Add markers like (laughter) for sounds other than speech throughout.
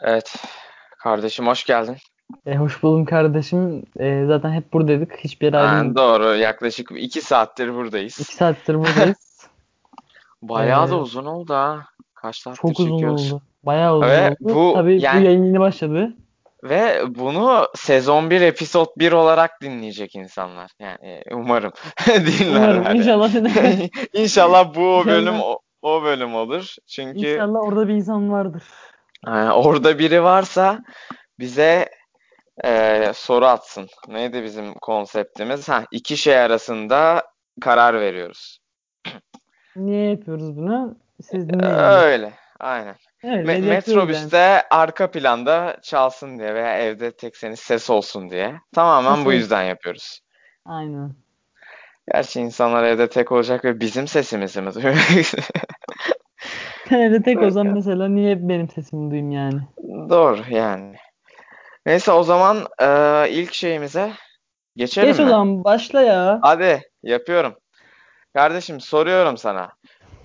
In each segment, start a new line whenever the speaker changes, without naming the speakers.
Evet. Kardeşim hoş geldin.
E, hoş buldum kardeşim. E, zaten hep buradaydık. Hiçbir yere
Ha,
ayrılmadık.
doğru. Yaklaşık iki saattir buradayız.
İki saattir (laughs) buradayız.
Bayağı da
Evet.
uzun oldu ha. Kaç saattir
Çok uzun
çekiyoruz.
oldu. Bayağı uzun
Ve
oldu.
bu-
Tabii
yani-
bu yayın yeni (laughs) başladı.
Ve bunu sezon 1 episod 1 olarak dinleyecek insanlar. Yani e, umarım (laughs) dinlerler.
Umarım
yani.
(laughs) inşallah
(laughs) İnşallah bu o bölüm
İnşallah.
o, o bölüm olur. Çünkü
inşallah orada bir insan vardır.
e, orada biri varsa bize e, soru atsın. Neydi bizim konseptimiz? Ha, iki şey arasında karar veriyoruz.
Niye yapıyoruz bunu? Siz
Ee,
dinleyin.
Öyle. Aynen.
Evet,
Me-
biz yapıyoruz yani.
Metrobüs'te arka planda çalsın diye veya evde tek senin ses olsun diye. Tamamen bu
Ses
yüzden yapıyoruz.
Aynen. (laughs)
Gerçi insanlar evde tek olacak ve bizim sesimizi mi duyuyor? (laughs)
Sen evde tek
Evet
olsan mesela niye hep benim sesimi duyayım yani?
Doğru yani. Neyse o zaman e, ilk şeyimize geçelim
Geç o
mi?
zaman başla ya.
Hadi yapıyorum. Kardeşim soruyorum sana.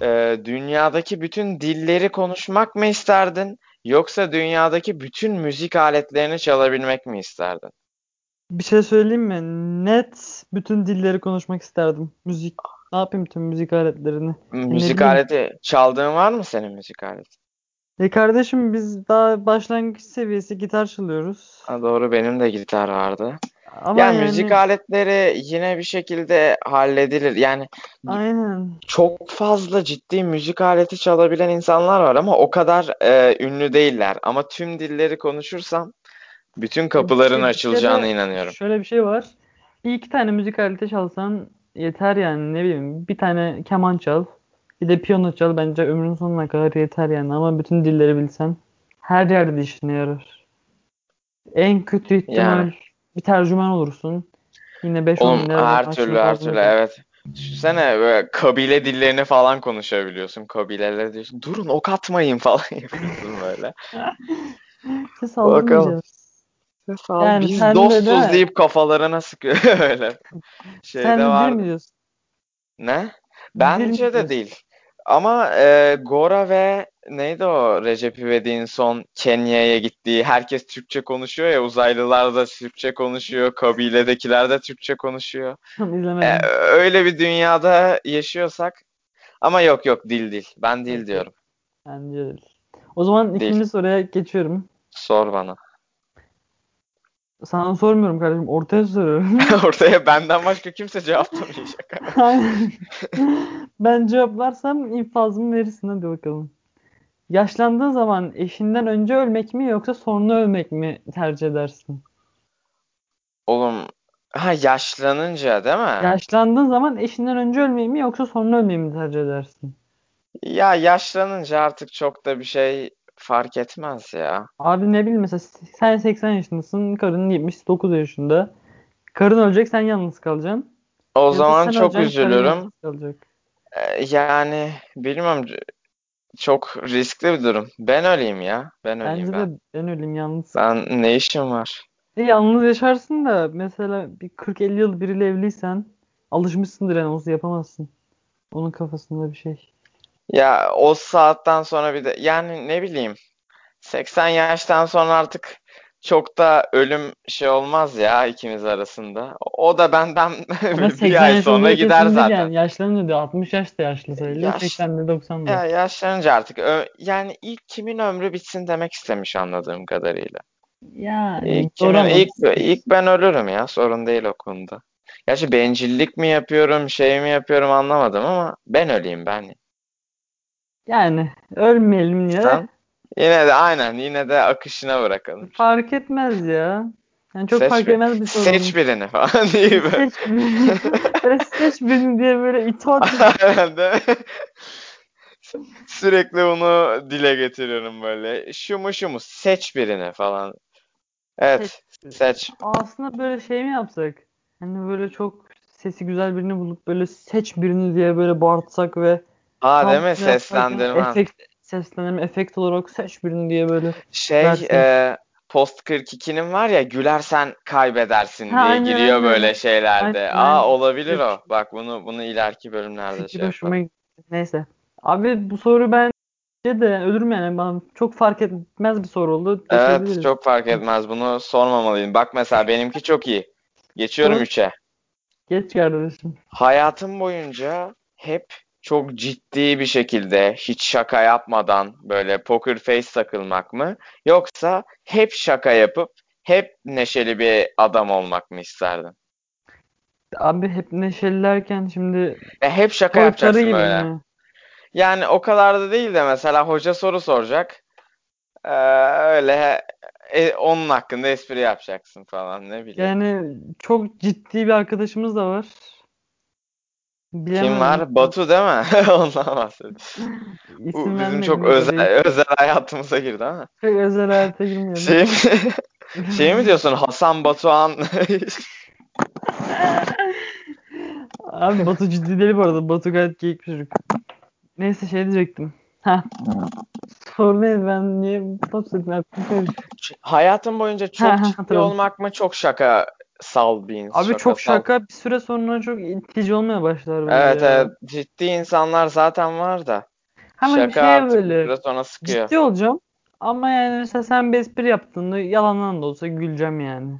E, dünyadaki bütün dilleri konuşmak mı isterdin? Yoksa dünyadaki bütün müzik aletlerini çalabilmek mi isterdin?
Bir şey söyleyeyim mi? Net bütün dilleri konuşmak isterdim. Müzik. Ne yapayım tüm müzik aletlerini?
Müzik
bileyim.
aleti çaldığın var mı senin müzik aleti?
E kardeşim biz daha başlangıç seviyesi gitar çalıyoruz.
Ha, doğru benim de gitar vardı.
Ama
yani,
yani
müzik aletleri yine bir şekilde halledilir. Yani
aynen.
çok fazla ciddi müzik aleti çalabilen insanlar var ama o kadar e, ünlü değiller. Ama tüm dilleri konuşursam bütün kapıların
Bir
açılacağına
kere
inanıyorum.
Şöyle bir şey var. Bir iki tane müzik aleti çalsan yeter yani ne bileyim. Bir tane keman çal. Bir de piyano çal. Bence ömrün sonuna kadar yeter yani. Ama bütün dilleri bilsen her yerde işine yarar. En kötü ihtimal bir tercüman olursun. Yine 5-10
Oğlum
bin lira
her türlü her türlü evet. Düşünsene böyle kabile dillerini falan konuşabiliyorsun. Kabileler diyorsun. Durun ok atmayın (laughs) falan yapıyorsun böyle.
Ses
Bakalım.
aldırmayacağız.
Sağ ol.
Yani
Biz
sen de
dostuz
de-
deyip kafalarına sıkıyor (laughs) öyle. Şeyde
Sen dil
vardı.
mi diyorsun?
Ne?
Dil mi
Bence de
diyorsun?
değil. Ama e, Gora ve neydi o Recep İvedik'in son Kenya'ya gittiği herkes Türkçe konuşuyor ya uzaylılar da Türkçe konuşuyor kabiledekiler de Türkçe konuşuyor.
(laughs) Tam
E,
izlemedim.
öyle bir dünyada yaşıyorsak ama yok yok dil dil ben dil diyorum
Bence de değil. O zaman
Değil.
ikinci soruya geçiyorum.
sor bana. (laughs)
Sana sormuyorum kardeşim.
(laughs)
Ortaya soruyorum.
Ortaya benden başka kimse cevaplamayacak.
Aynen. ben cevaplarsam infazımı verirsin. Hadi bakalım. Yaşlandığın zaman eşinden önce ölmek mi yoksa sonra ölmek mi tercih edersin?
Oğlum ha yaşlanınca değil mi?
Yaşlandığın zaman eşinden önce ölmeyi mi yoksa sonra ölmeyi mi tercih edersin?
Ya yaşlanınca artık çok da bir şey fark etmez ya.
Abi ne bileyim mesela sen 80 yaşındasın, karın 79 yaşında. Karın ölecek, sen yalnız kalacaksın.
O
Ya da
zaman
sen
çok
öleceksin, karın
üzülürüm.
yalnız kalacak.
Ee, Yani bilmiyorum c- çok riskli bir durum. Ben öleyim ya. Ben öleyim
Bence
ben.
de ben öleyim yalnız.
Ben ne işim var?
E, yalnız yaşarsın da mesela bir 40-50 yıl biriyle evliysen alışmışsındır yani onu yapamazsın. Onun kafasında bir şey.
Ya o saatten sonra bir de yani ne bileyim 80 yaştan sonra artık çok da ölüm şey olmaz ya ikimiz arasında. O da benden (laughs)
Ama
bir
80
ay
yaş
sonra
olunca
gider
kesin değil
zaten. E,
yani. Yaşlanınca da 60 yaş da yaşlı sayılıyor.
Yaş-
80 de 90 da.
Ya yaşlanınca artık ö- yani ilk kimin ömrü bitsin demek istemiş anladığım kadarıyla.
Yani
İlk, kimin- ilk,
doğru
ilk ben ölürüm ya sorun değil o konuda. Gerçi bencillik mi yapıyorum şey mi yapıyorum anlamadım ama ben öleyim ben.
Yani ölmeyelim ya.
Sen? Yine de aynen yine de akışına bırakalım.
Fark etmez ya. Yani çok
Seç
fark
bir-
etmez bir sorun.
Seç birini falan (laughs) diye
(laughs)
böyle.
Seç birini. Böyle seç birini diye böyle itaat
Aynen de. Sürekli bunu dile getiriyorum böyle. Şu mu şu mu seç birini falan. Evet seç.
Aslında böyle şey mi yapsak? Hani böyle çok sesi güzel birini bulup böyle seç birini diye böyle bağırtsak ve
Ha
tam
değil mi
bunu yaparken
seslendirme.
efekt seslendirme efekt olarak seç birini diye böyle.
Şey
Versin.
e, Post 42'nin var ya gülersen kaybedersin diye
Ha, aynen,
giriyor
aynen.
böyle şeylerde.
Aynen,
Aa
aynen.
olabilir
Çok-
o. Bak bunu bunu ileriki bölümlerde
Fikir
şey yapalım.
hoşuma gitti. Neyse. Abi bu soru ben Bence de ölür mü yani? Bana çok fark etmez bir soru oldu.
Evet
Geçebiliriz.
çok fark etmez bunu sormamalıyım. Bak mesela benimki çok iyi. Geçiyorum
Tamam.
3'e.
Geç kardeşim.
Hayatım boyunca hep çok ciddi bir şekilde hiç şaka yapmadan böyle poker face takılmak mı? Yoksa hep şaka yapıp hep neşeli bir adam olmak mı isterdin?
Abi hep neşelilerken şimdi
E, hep şaka
soru
yapacaksın
gibi
böyle.
mi?
Yani o kadar da değil de mesela hoca soru soracak. Ee, öyle e, onun hakkında espri yapacaksın falan ne bileyim.
Yani çok ciddi bir arkadaşımız da var.
Kim
Bilemem.
var? Batu değil mi? (laughs) Ondan bahsediyorum.
İsim
Bu bizim
vermeyelim
çok
de
özel
değil.
özel hayatımıza girdi ama.
Çok özel hayata girmeyelim.
Şey mi, (laughs) şey mi diyorsun Hasan
(laughs)
Batuhan?
Abi Batu ciddi değil bu arada. Batu gayet geyik bir çocuk. Neyse şey diyecektim. Ha. Soru neydi ben şey niye pas dedim aklım karıştı.
Hayatın boyunca çok
Ha, ha,
ciddi
hatırladım.
olmak mı çok şaka sal bir insan.
Abi çok
şakasal.
şaka bir süre sonra çok itici olmaya başlar böyle
Evet
ya.
evet ciddi insanlar zaten var da
Hemen bir
şaka
şeye
artık
böyle.
biraz ona sıkıyor.
Ciddi olacağım. Ama yani mesela sen bir espri yaptığında yalandan da olsa güleceğim yani.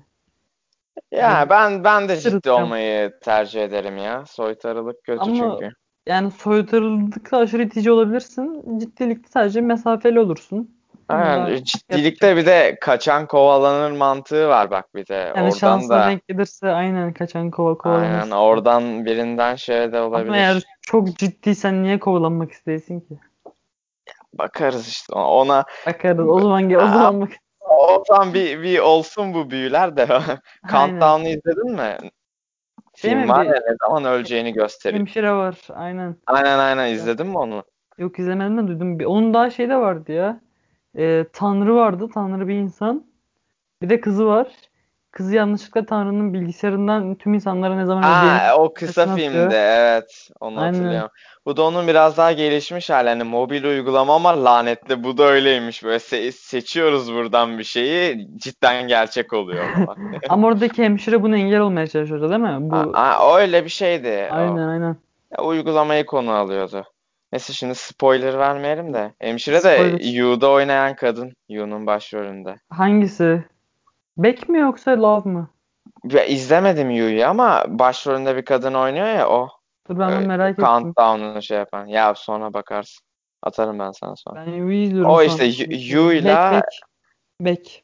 Ya
Hani
ben ben de ciddi
Sırıtacağım.
olmayı tercih ederim ya. Soytarılık kötü
Ama-
çünkü.
Yani soytarılıkta aşırı itici olabilirsin. Ciddilikte sadece mesafeli olursun.
Aynen. e,
Bunlar-
Ciddilikte bir de kaçan kovalanır mantığı var bak bir de.
Yani
Oradan
şansına
da
denk gelirse aynen kaçan kova kovalanırsın.
aynen oradan birinden şey de olabilir.
Ama eğer çok ciddiysen niye kovalanmak isteyesin ki?
Bakarız işte ona.
Bakarız o zaman gel o
Aa, (laughs)
zaman bak.
O zaman bir, bir olsun bu büyüler de. (laughs)
Aynen.
Countdown'u izledin mi?
Şey
Film
mi,
var
bir-
ya ne zaman öleceğini gösteriyor.
Hemşire var aynen.
Aynen aynen izledin mi onu?
Yok izlemedim de duydum. Bir- Onun daha şey de vardı ya. Ee, Tanrı vardı. Tanrı bir insan. Bir de kızı var. Kızı yanlışlıkla Tanrı'nın bilgisayarından tüm insanlara ne zaman
Aa, o kısa
Saçını atıyor.
filmde evet onu
Aynen.
hatırlıyorum. Bu da onun biraz daha gelişmiş hali. Hani mobil uygulama ama lanetli bu da öyleymiş. Böyle se- seçiyoruz buradan bir şeyi cidden gerçek
(laughs)
oluyor falan.
öldüğünü- Ama oradaki hemşire bunu engel olmaya çalışıyordu değil mi? Bu
Aa, aa, öyle bir şeydi. o.
aynen aynen.
Ya, uygulamayı konu alıyordu. Neyse şimdi spoiler vermeyelim de. Hemşire de
Spoiler.
Yu'da oynayan kadın. Yu'nun başrolünde.
Hangisi? Beck mi yoksa Love mı?
Ya, izlemedim Yu'yu ama başrolünde bir kadın oynuyor ya o.
Dur ben bunu
Evet,
merak ettim.
Countdown'u şey yapan. Ya sonra bakarsın. Atarım ben sana sonra.
Ben Yu'yu izliyorum
O
şu
işte
an.
Yu- Yu'yla-
Beck, Beck. Beck.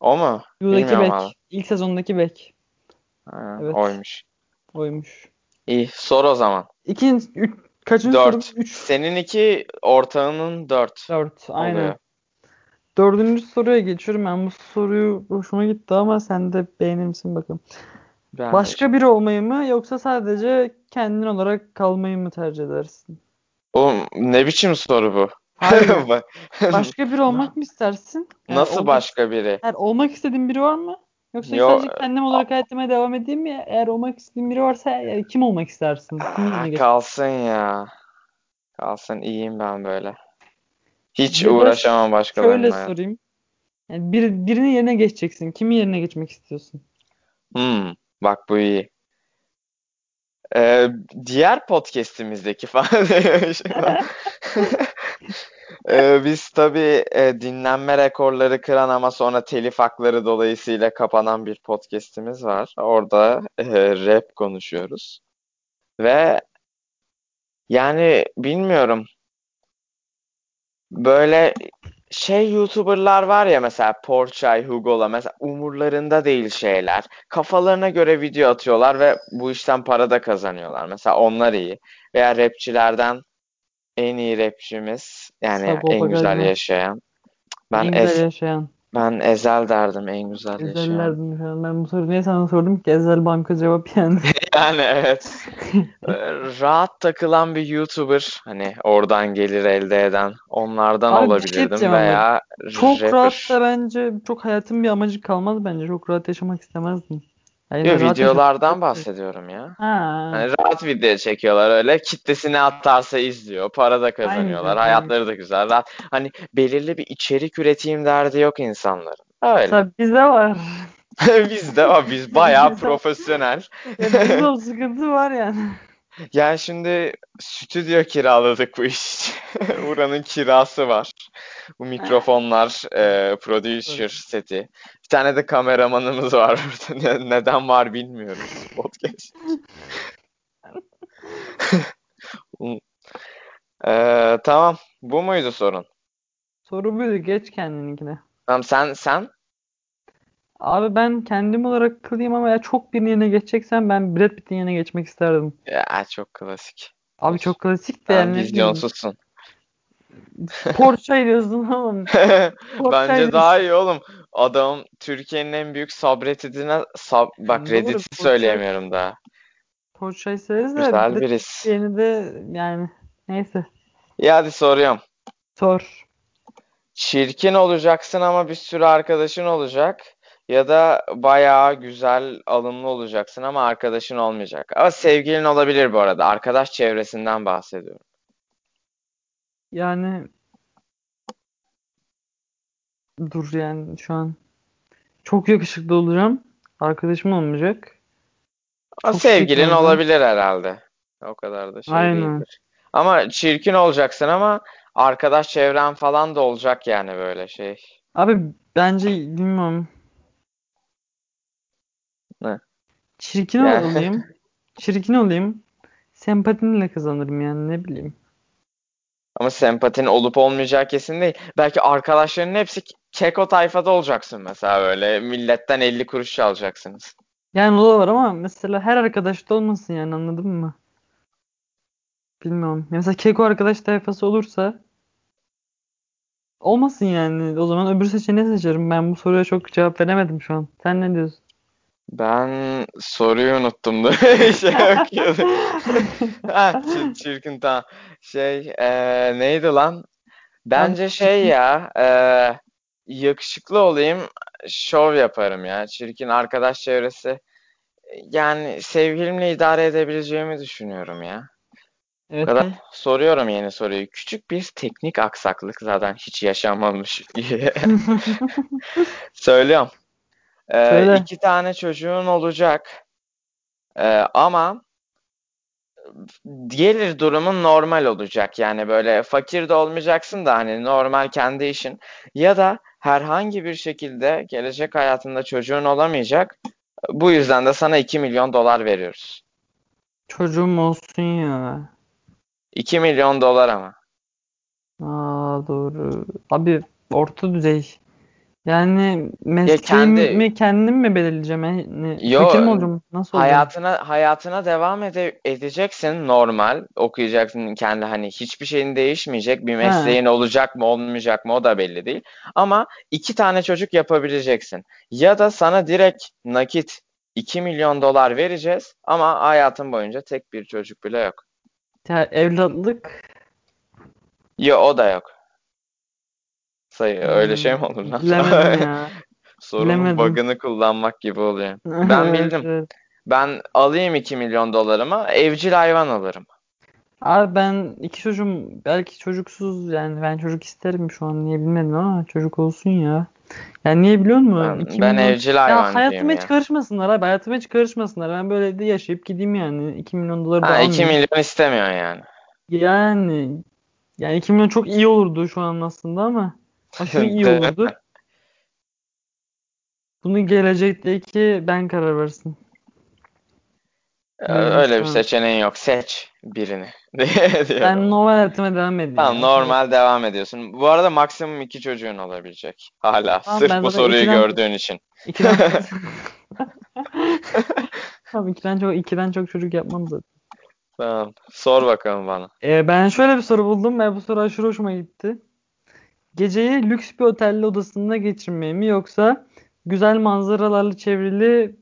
O mu?
Yu'daki
Bilmiyorum
Beck.
abi.
İlk sezondaki Beck.
Ha,
Evet.
oymuş.
Oymuş.
İyi sor o zaman.
İkinci, üç, kaçıncı
Dört.
soru? Üç.
Senin iki ortağının dört.
Dört. Aynen.
Oluyor.
Dördüncü soruya geçiyorum. Ben bu soruyu hoşuma gitti ama sen de beğenir misin bakalım.
Ben
Başka biri olmayı mı yoksa sadece kendin olarak kalmayı mı tercih edersin?
Oğlum ne biçim soru bu? (laughs)
Hayır.
Bak-
başka biri olmak mı istersin? Yani
Nasıl
olmak-
başka biri?
Yani olmak istediğin biri var mı? Yoksa
Yo- e,
sadece kendim olarak hayatıma devam edeyim mi? Eğer olmak istediğin biri varsa e, kim olmak istersin? Kimin yanına
Ha,
geç-
kalsın ya. Kalsın iyiyim ben böyle. Hiç
Bir de
uğraşamam
Şöyle
başkalarıyla. ya.
sorayım. Yani bir, birinin yerine geçeceksin. Kimin yerine geçmek istiyorsun?
Hmm, bak bu iyi. Ee, diğer podcast'imizdeki falan. (laughs) Ee, biz tabii e, dinlenme rekorları kıran ama sonra telif hakları dolayısıyla kapanan bir podcast'imiz var. Orada e, rap konuşuyoruz. Ve yani bilmiyorum. Böyle şey YouTuber'lar var ya mesela Porçay, Hugo'la mesela umurlarında değil şeyler. Kafalarına göre video atıyorlar ve bu işten para da kazanıyorlar. Mesela onlar iyi. Veya rapçilerden en iyi rapçimiz yani
Sagopa
en güzel
Kajmer.
yaşayan. Ben
en
Ez-
güzel yaşayan.
ben Ezel derdim en güzel yaşayan.
Ezellerdim şu an. Ben bu soruyu niye sana sordum ki? Ezel banka cevap yani.
Yani evet.
(laughs)
Ee, Rahat takılan bir YouTuber hani oradan gelir elde eden onlardan
Abi bir şey
olabilirdim
diyeceğim ama
veya
Çok
rapper.
rahat da bence çok hayatın bir amacı kalmaz bence. Çok rahat yaşamak istemezdim. Yani
Yo,
rahat
videolardan
yaşamak-
bahsediyorum ya.
Ha.
Hani rahat video çekiyorlar öyle. Kitlesini atarsa izliyor. Para da kazanıyorlar.
Aynen,
hayatları da güzel. Rahat. Hani belirli bir içerik üreteyim derdi yok insanların. Öyle.
Tabii bizde var. (laughs)
(laughs) biz de biz bayağı
Bizde- (laughs)
profesyonel.
Ya bizde o sıkıntı var yani.
Yani şimdi stüdyo kiraladık bu iş için. (laughs) Buranın kirası var. Bu mikrofonlar, e, producer seti. Bir tane de kameramanımız var (laughs) burada. Ne- neden var bilmiyoruz podcast. Eee, Um, e, tamam. Bu muydu sorun?
Soru buydu geç kendininkine.
Tamam sen sen
Abi ben kendim olarak kılayım ama ya çok birinin yerine geçeceksen ben Brad Pitt'in yerine geçmek isterdim.
ya, çok klasik.
Abi çok klasik de
Sen
yani. (laughs)
vizyonsuzsun. (laughs)
Porsche diyorsun oğlum.
Bence daha iyi oğlum. Adam Türkiye'nin en büyük subredditine sub, bak
Doğru,
reddit'i
Porsche-
söyleyemiyorum daha.
(laughs) Porsche'yi severiz de
Güzel
Brad
birisi.
Yeni de yani neyse
İyi hadi soruyorum.
sor.
Çirkin olacaksın ama bir sürü arkadaşın olacak. Ya da bayağı güzel, alımlı olacaksın ama arkadaşın olmayacak. Ama sevgilin olabilir bu arada. Arkadaş çevresinden bahsediyorum.
Yani dur yani şu an çok yakışıklı olacağım. Arkadaşım olmayacak.
Ama
Çok
sevgilin
çirkin olacağım.
olabilir herhalde. O kadar da şey
Aynen.
değildir. Ama çirkin olacaksın ama arkadaş çevren falan da olacak yani böyle şey.
Abi bence bilmiyorum.
Ne?
Çirkin
Yani- (laughs)
olayım. Çirkin olayım. Sempatinle kazanırım yani ne bileyim.
Ama sempatin olup olmayacağı kesin değil. Belki arkadaşlarının hepsi keko tayfada olacaksın mesela böyle. Milletten 50 kuruş çalacaksınız.
Yani o da var ama mesela her arkadaş da olmasın yani anladın mı? Bilmiyorum. Ya Mesela keko arkadaş tayfası olursa olmasın yani. O zaman öbür seçeneği seçerim. Ben bu soruya çok cevap veremedim şu an. Sen
(laughs)
ne diyorsun?
Ben soruyu unuttum da (laughs) şey
(laughs)
bakıyordum. Ha, çir- çirkin tamam. Şey eee, neydi lan? Bence şey ya eee, yakışıklı olayım şov yaparım ya. Çirkin arkadaş çevresi. Yani sevgilimle idare edebileceğimi düşünüyorum ya. Bu
Evet.
kadar soruyorum yeni soruyu. Küçük bir teknik aksaklık zaten hiç yaşanmamış (laughs) diye. Söylüyorum. Ee,
Söyle.
iki tane çocuğun olacak. Ee, ama gelir durumun normal olacak. Yani böyle fakir de olmayacaksın da hani normal kendi işin. Ya da herhangi bir şekilde gelecek hayatında çocuğun olamayacak. Bu yüzden de sana 2 milyon dolar veriyoruz.
(laughs) Çocuğum olsun ya.
2 milyon dolar ama.
Aa doğru. Abi orta düzey. Yani
kendi-
mesleğimi kendim mi belirleyeceğim? Yani
Yo,
fakir mi olacağım? Nasıl olacağım?
Hayatına hayatına devam ede- edeceksin normal okuyacaksın kendi hani hiçbir şeyin değişmeyecek bir mesleğin olacak mı olmayacak mı o da belli değil ama iki tane çocuk yapabileceksin ya da sana direkt nakit 2 milyon dolar vereceğiz ama hayatın boyunca tek bir çocuk bile yok
Ya evlatlık
ya o da yok sayı öyle şey mi olur lan
Hmm. Bilemedim ya.
(laughs) sorunun
bilemedim.
bug'ını kullanmak gibi oluyor Ben bildim.
Evet.
ben alayım 2 milyon dolarımı evcil hayvan alırım
(laughs) Abi ben iki çocuğum belki çocuksuz yani ben çocuk isterim şu an niye bilmedim ama çocuk olsun ya. Yani niye biliyor musun?
ben,
İki
ben
milyon-
evcil
Ya
hayvancıyım
hayatıma
ya.
hiç karışmasınlar abi hayatıma hiç karışmasınlar. Ben böyle de yaşayıp gideyim yani 2 milyon doları da
Ha, 2
almayayım.
milyon istemiyorsun yani.
Yani yani 2 milyon çok iyi olurdu şu an aslında ama
(laughs)
aşırı iyi
Değil mi?
olurdu. Bunu gelecekteki ben karar versin.
Ee,
Bilmiyorum
Öyle bir
şu an.
seçeneğin yok. Seç birini. (laughs) diye diyorum.
Ben normal hayatıma devam edeyim.
Tamam,
ya.
normal devam ediyorsun. Bu arada maksimum iki çocuğun olabilecek. Hala.
Tamam,
Sırf
ben
bu
zaten
soruyu
ikiden-
gördüğün için. (laughs)
İkiden (laughs) Tamam ikiden çok ikiden çok çocuk yapmam zaten.
Tamam. Sor bakalım bana.
Ee, ben şöyle bir soru buldum ve bu soru aşırı hoşuma gitti. Geceyi lüks bir otelli odasında geçirmeyi mi yoksa güzel manzaralarla çevrili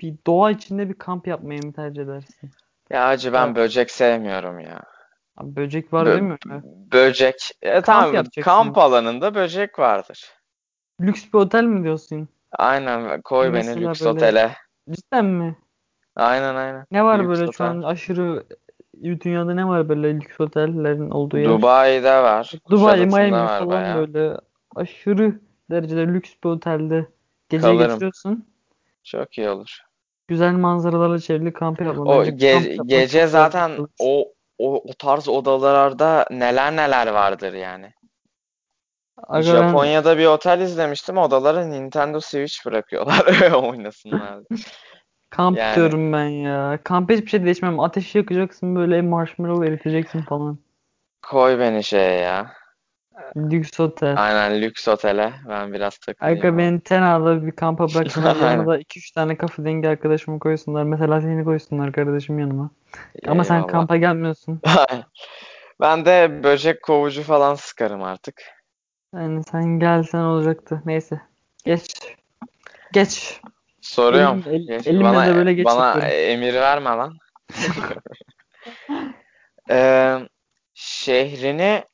bir doğa içinde bir kamp yapmayı mı tercih edersin?
Ya acı ben
Tamam.
böcek sevmiyorum ya.
Abi böcek var
Bö-
değil mi?
Böcek. E, tamam
yapacaksın.
kamp alanında böcek vardır.
Lüks bir otel mi diyorsun?
Aynen koy beni
Mesela
lüks
böyle-
otele.
Cidden mi?
Aynen aynen.
Ne var
Lüks
böyle şu
otel.
an aşırı e, dünyada ne var böyle lüks otellerin olduğu yer?
Dubai'de var.
Dubai,
Kuşadası'nda
Miami
var
falan
bayağı.
böyle aşırı derecede lüks bir otelde gece
Kalırım.
geçiriyorsun.
Çok iyi olur.
güzel manzaralarla çevrili kamp yapalım.
O
Bence
ge-
kamp yapmak
gece
çok
zaten
güzel.
o, o o tarz odalarda neler neler vardır yani.
Aga ben-
Japonya'da bir otel izlemiştim. Odalara Nintendo Switch bırakıyorlar (laughs) oynasınlar. diye.
Kamp
Yani.
diyorum ben ya. Kamp hiçbir şey değişmem. Ateşi yakacaksın böyle marshmallow eriteceksin falan.
Koy beni şeye ya.
Lüks otel.
Aynen lüks otele. Ben biraz takılayım.
Aga beni Tena'da bir kampa
(laughs)
bıraksınlar.
Aynen.
Yanıma da 2-3 tane kafa dengi arkadaşımı koysunlar. Mesela seni koysunlar kardeşim yanıma. Ama sen
Eyvallah.
kampa gelmiyorsun.
(laughs) Ben de böcek kovucu falan sıkarım artık.
Yani sen gelsen olacaktı. Neyse. Geç. Geç.
Soruyorum.
Elim- el-
Geç-
elimle
bana e,
de böyle geç
bana
yapıyorum.
emir verme
(laughs)
lan. Ee, şehrini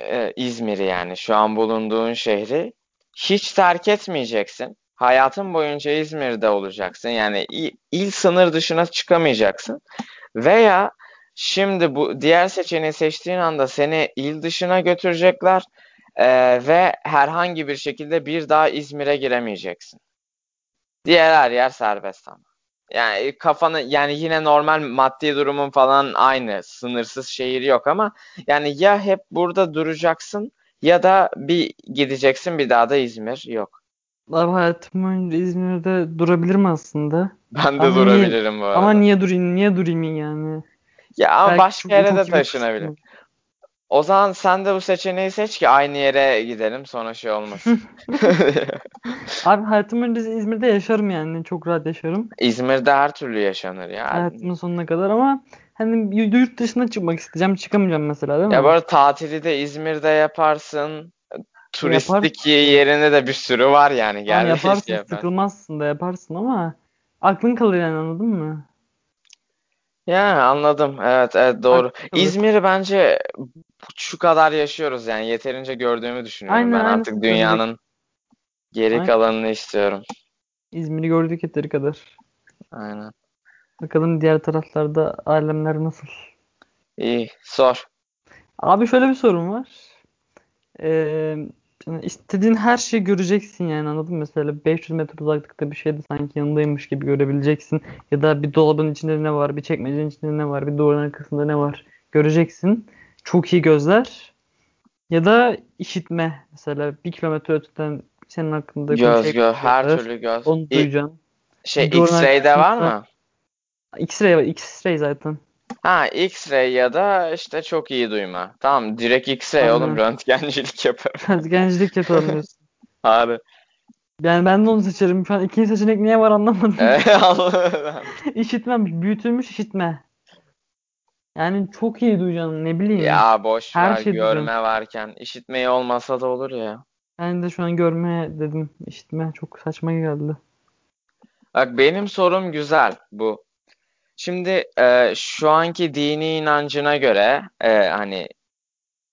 e, İzmir'i yani şu an bulunduğun şehri hiç terk etmeyeceksin. Hayatın boyunca İzmir'de olacaksın. Yani il, il sınır dışına çıkamayacaksın. Veya şimdi bu diğer seçeneği seçtiğin anda seni il dışına götürecekler e, ve herhangi bir şekilde bir daha İzmir'e giremeyeceksin. Diğer her yer serbest ama. Yani kafanı yani yine normal maddi durumun falan aynı. Sınırsız şehir yok ama yani ya hep burada duracaksın ya da bir gideceksin bir daha da İzmir yok. (laughs)
Abi hayatım boyunca İzmir'de durabilirim aslında.
Ben de
Ama niye-
durabilirim bu
Ama
arada.
niye durayım? Niye durayım yani?
Ya ama
Belki
başka
çok-
yere
çok
de
iyi bir kısmı.
taşınabilirim. O zaman sen de bu seçeneği seç ki aynı yere gidelim sonra şey
(laughs)
olmasın. (laughs)
Abi hayatım boyunca İzmir'de yaşarım yani. Çok rahat yaşarım.
İzmir'de her türlü yaşanır ya.
Hayatımın sonuna kadar ama hani y- yurt dışına çıkmak isteyeceğim. Çıkamayacağım mesela değil mi?
Ya bu arada tatili de İzmir'de yaparsın. Turistik yerine de bir sürü var yani.
Tamam
Gel (laughs)
yaparsın,
şey yapar.
sıkılmazsın da yaparsın ama aklın kalır yani anladın mı?
Ya anladım. Evet, evet doğru.
Haklısın.
İzmir'i bence şu kadar yaşıyoruz yani yeterince gördüğümü düşünüyorum.
Aynen,
Ben
aynen.
artık dünyanın geri
Aynen.
kalanını istiyorum.
İzmir'i gördük yeteri kadar.
Aynen.
Bakalım diğer taraflarda alemler nasıl?
İyi, sor.
Abi şöyle bir sorun var. Ee, yani istediğin her şeyi göreceksin yani anladın mı? Mesela 500 metre uzaklıkta bir şey de sanki yanındaymış gibi görebileceksin. Ya da bir dolabın içinde ne var, bir çekmecenin içinde ne var, bir duvarın arkasında ne var göreceksin. Çok iyi gözler. Ya da işitme. Mesela bir kilometre öteden senin hakkında
Göz
konuşacak
göz, her
şeyler.
türlü göz.
Onu
İ-
duyacağım.
şey
Doğru,
X-ray'de var
arkadaşlar.
mı?
X-ray var. X-ray zaten. (laughs)
Ha X-ray ya da işte çok iyi duyma. Tamam direkt X-ray oğlum röntgencilik (laughs) yaparım.
Gençlik yapamıyorsun.
Abi.
Yani ben de onu seçerim. Şu an ikinci seçenek niye var anlamadım.
Evet, (laughs) anladım.
(laughs) İşitmem, büyütülmüş işitme. Yani çok iyi duyacaksın ne bileyim.
Ya boş
Hmm. Her
ver
şey
görme
duyacağım.
varken işitmeyi olmasa da olur ya.
Ben de şu an görme dedim. işitme çok saçma geldi.
Bak benim sorum güzel bu. Şimdi e, şu anki dini inancına göre e, hani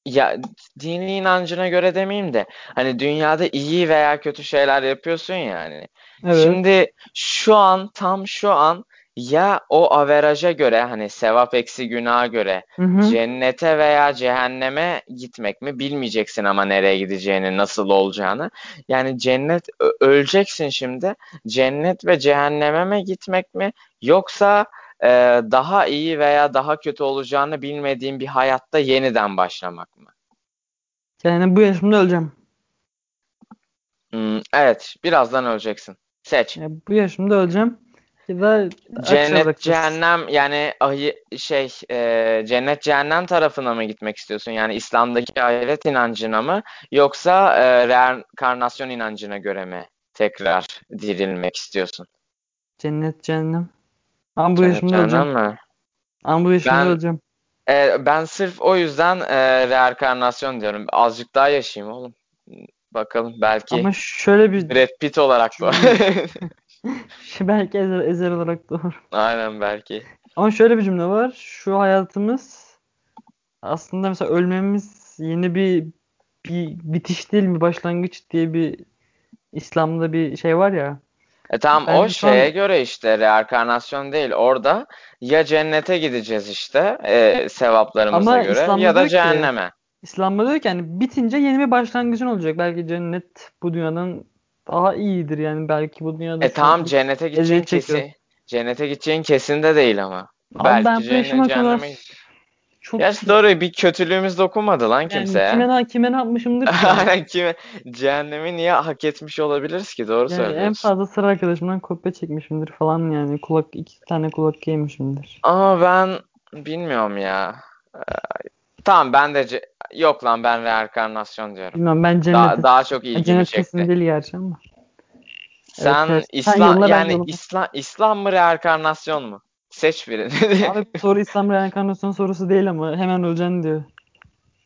ya dini inancına göre demeyeyim de hani dünyada iyi veya kötü şeyler yapıyorsun yani.
Evet.
Şimdi şu an tam şu an ya o averaja göre hani sevap eksi günaha göre
Hı hı.
Cennete veya cehenneme gitmek mi bilmeyeceksin ama nereye gideceğini, nasıl olacağını. Yani cennet ö- öleceksin şimdi. Cennet ve cehenneme mi gitmek mi yoksa e, daha iyi veya daha kötü olacağını bilmediğin bir hayatta yeniden başlamak mı?
Yani bu yaşımda öleceğim.
Hmm, evet, birazdan öleceksin. Seç.
Yani bu yaşımda öleceğim. Ya da
Cennet,
akşamda-
cehennem yani ahi, şey e, cennet cehennem tarafına mı gitmek istiyorsun? Yani İslam'daki ahiret inancına mı yoksa e, reenkarnasyon inancına göre mi tekrar dirilmek istiyorsun?
Cennet cehennem. Ama bu
Cennet
yaşımda
cehennem
öleceğim.
mi?
Ama bu yaşımda
Ben-
öleceğim.
E, ben sırf o yüzden e, reenkarnasyon diyorum. Azıcık daha yaşayayım oğlum. Bakalım belki
Ama şöyle bir
Brad Pitt olarak da.
şey (laughs) belki ezel, ezel olarak doğru.
(laughs) Aynen belki.
Ama şöyle bir cümle var. Şu hayatımız aslında mesela ölmemiz yeni bir bir bitiş değil bir başlangıç diye bir İslam'da bir şey var ya.
E tamam
Ben
o
şu an-
şeye göre işte reenkarnasyon değil. Orada ya cennete gideceğiz işte e, sevaplarımıza
Ama
göre
İslam'da
ya da
diyor ki-
cehenneme. E,
İslam'da diyor ki yani bitince yeni bir başlangıcın olacak. Belki cennet bu dünyadan daha iyidir yani belki bu dünyada
E
şu
tamam
an-
cennete gideceğin
eziyet çekiyor.
kesin. Cennete gideceğin kesin de değil ama.
Ama
Belki
ben bu
cehennem-
yaşıma
cehenneme
kadar
gidecek.
çok
Gerçi doğru bir kötülüğümüz dokunmadı lan
yani
kimseye.
kime, ne- kime ne yapmışımdır ki?
(laughs) Aynen kime cehennemi niye hak etmiş olabiliriz ki doğru
Yani en
söylüyorsun.
fazla sıra arkadaşımdan kopya çekmişimdir falan yani. Kulak iki tane kulak yemişimdir.
Ama ben bilmiyorum ya. Ee, tamam ben de ce- yok lan ben reenkarnasyon diyorum.
Bilmem ben
Daha,
cennete
daha çok ilgimi
cennet kesin
çekti.
değil gerçi ama.
(laughs) Sen
evet. Sen
İslam
yolla, ben
yani
yolla.
İslam İslam mı reenkarnasyon mu? Seç birini.
Abi bu soru İslam reenkarnasyonu sorusu değil ama hemen öleceksin diyor.
(laughs)
(laughs)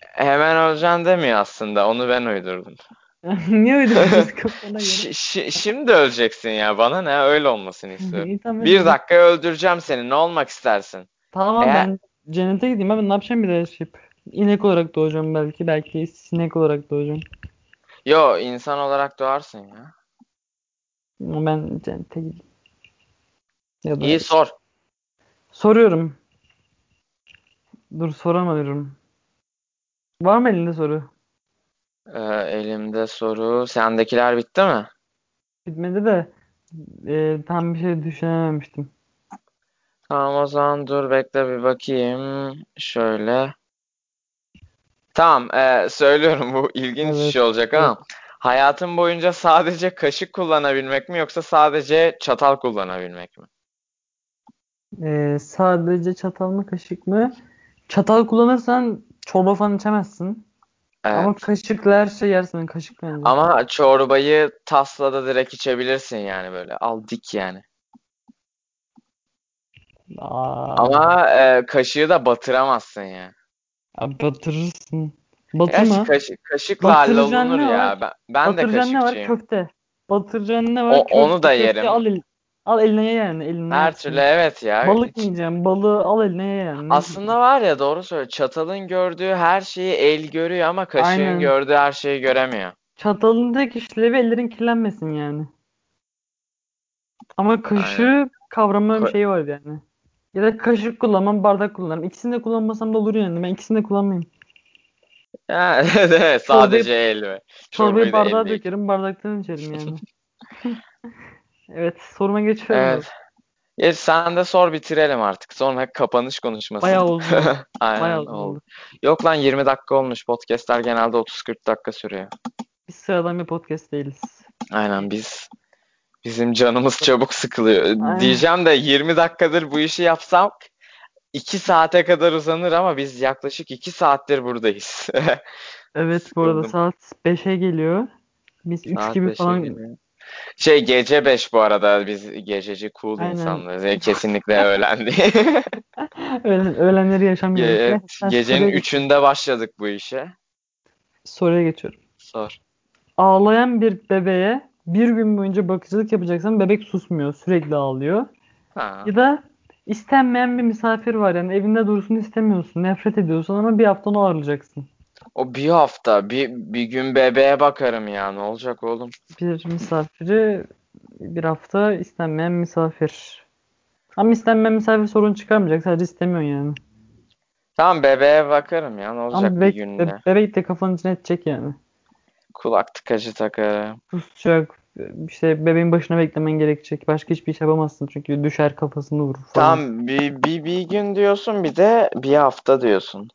Hemen öleceksin demiyor aslında. Onu ben uydurdum.
Niye öyle diyorsun
(laughs)
kafana göre?
Şi- şi- şimdi öleceksin ya. Bana ne? Öyle olmasını
(laughs)
istiyorum.
İyi, tamam.
Bir dakika öldüreceğim seni. Ne olmak istersin?
Tamam
Eğer-
ben cennete gideyim abi ne yapacağım bir de yaşayıp. İnek olarak doğacağım belki. Belki sinek olarak doğacağım.
Yo insan olarak doğarsın ya.
Ama ben cennete gideyim. Ya da
İyi sor.
soruyorum. Dur soramıyorum. Var mı elinde soru?
Ee, elimde soru. Sendekiler bitti mi?
Bitmedi de e, tam bir şey düşünememiştim.
Tamam o zaman dur bekle bir bakayım. Şöyle. Tamam ee, söylüyorum bu ilginç bir
Evet,
şey olacak ama. Hayatın boyunca sadece kaşık kullanabilmek mi yoksa sadece çatal kullanabilmek mi?
E, sadece çatal mı kaşık mı? Çatal kullanırsan çorba falan içemezsin.
Evet.
Ama kaşıkla her şey yersin. Kaşık bence.
E, Ama çorbayı tasla da direkt içebilirsin yani böyle. Al dik yani.
Aa,
Ama e, kaşığı da batıramazsın yani.
ya batırırsın.
Gerçi
Batırma.
kaşık, kaşıkla hallolunur
Batıracaksın ne
ya.
var?
Ben, ben de
Batıracağın ne var?
kaşıkçıyım.
Köfte. Batıracağın ne var?
O- onu
Köfte,
da
köfte
yerim.
Al, el- al eline ye yani. Eline
Her
yersin.
türlü evet ya.
Balık yiyeceğim. Balığı al eline ye yani. Ne-
Aslında var ya doğru söylüyor. Çatalın gördüğü her şeyi el görüyor ama kaşığın
Aynen.
gördüğü her şeyi göremiyor. (laughs)
Çatalın tek işlevi ellerin kirlenmesin yani. Ama kaşığı kavrama bir
Ka-
şey var yani. Ya da kaşık kullanmam, bardak kullanırım. İkisini de kullanmasam da olur yani. Ben ikisini de kullanmayayım.
Ha, evet, sadece el ve
Çorbayı
çorbayı da
bardağa
elle-
dökerim, bardaktan içerim
(laughs)
yani. Evet, soruma geçiyorum.
Evet. Ya sen de sor bitirelim artık. Sonra kapanış konuşması.
Bayağı oldu.
(laughs) Aynen
Bayağı oldu.
oldu. Yok lan 20 dakika olmuş. Podcast'ler genelde 30-40 dakika sürüyor.
Biz sıradan bir podcast değiliz.
Aynen biz bizim canımız çabuk sıkılıyor.
Aynen.
Diyeceğim de 20 dakikadır bu işi yapsam 2 saate kadar uzanır ama biz yaklaşık 2 saattir buradayız. (laughs)
Evet, bu arada
Sıkıldım.
saat 5'e geliyor. Biz 3
Saat
gibi
beşe
falan
geliyor. Şey gece 5 bu arada biz gececi cool
Aynen.
insanlarız. Yani kesinlikle öğlen
(laughs)
değil.
öğlen, öğlenleri yaşam
Ge-
gerekiyor.
evet,
Ben
e, gecenin
soruya,
3'ünde başladık bu işe.
soruya geçiyorum.
Sor.
Ağlayan bir bebeğe bir gün boyunca bakıcılık yapacaksan bebek susmuyor. Sürekli ağlıyor.
Ha.
Ya da istenmeyen bir misafir var yani evinde dursun istemiyorsun. Nefret ediyorsun ama bir hafta onu ağırlayacaksın.
O bir hafta bir, bir gün bebeğe bakarım ya ne olacak oğlum?
Bir misafiri bir hafta istenmeyen misafir. Ama istenmeyen misafir sorun çıkarmayacak. Sadece istemiyorsun yani.
Tamam bebeğe bakarım ya ne olacak bir
Ama bebek,
günde?
be- bebek de kafanın içine edecek yani.
Kulak tıkacı takarım.
Susacak. İşte bebeğin başına beklemen gerekecek. Başka hiçbir iş yapamazsın çünkü düşer kafasını vurur falan.
Tamam bir, bir, bir gün diyorsun bir de bir hafta diyorsun.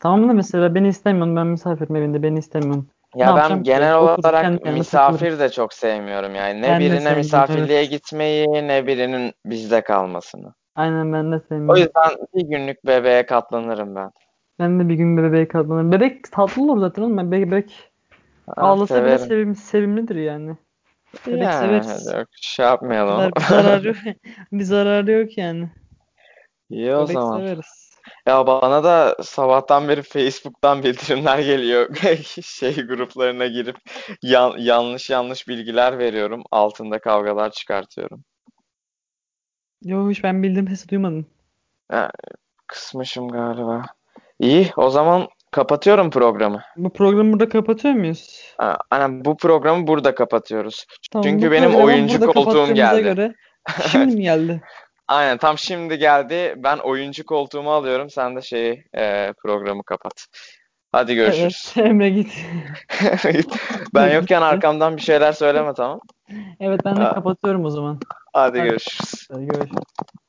Tamam da mesela beni istemiyorsun. Ben misafirim evinde. Beni istemiyorsun. Ne
Ya ben
yapacağım ki?
genel
Oturup kendi
olarak
kendime
misafir de çok sevmiyorum yani. Ne
Ben de
birine
sevmiyorum,
misafirliğe gitmeyi ne birinin bizde kalmasını.
Aynen ben de
O
sevmiyorum.
yüzden bir günlük bebeğe katlanırım ben.
Ben de bir gün bebeğe katlanırım. Bebek tatlı olur zaten oğlum. Bebek, bebek
Ben
ağlasa bile
severim.
sevim, sevimlidir yani. Bebek
Ya,
severiz.
yok, şey yapmayalım.
Bir zararı, bir zararı yok yani.
İyi o
bebek
zaman.
severiz.
Ya bana da sabahtan beri Facebook'tan bildirimler geliyor. (laughs) Şey gruplarına girip yan- yanlış yanlış bilgiler veriyorum. Altında kavgalar çıkartıyorum.
Yok hiç ben bildiğim sesi duymadım.
Kısmışım galiba. İyi o zaman kapatıyorum programı.
Bu programı burada kapatıyor muyuz?
Aa, Aynen bu programı burada kapatıyoruz.
Tamam,
Çünkü
bu
benim
programı
oyuncu
burada
koltuğum
kapattığımıza
geldi. (laughs)
Göre, şimdi mi geldi?
Aynen tam şimdi geldi. Ben oyuncu koltuğumu alıyorum. Sen de şeyi e, programı kapat. Hadi görüşürüz.
Evet, Emre git. (laughs)
(laughs) ben yokken arkamdan bir şeyler söyleme tamam.
Evet ben de
Ha.
kapatıyorum o zaman.
Hadi
Hadi.
görüşürüz.
Hadi görüşürüz.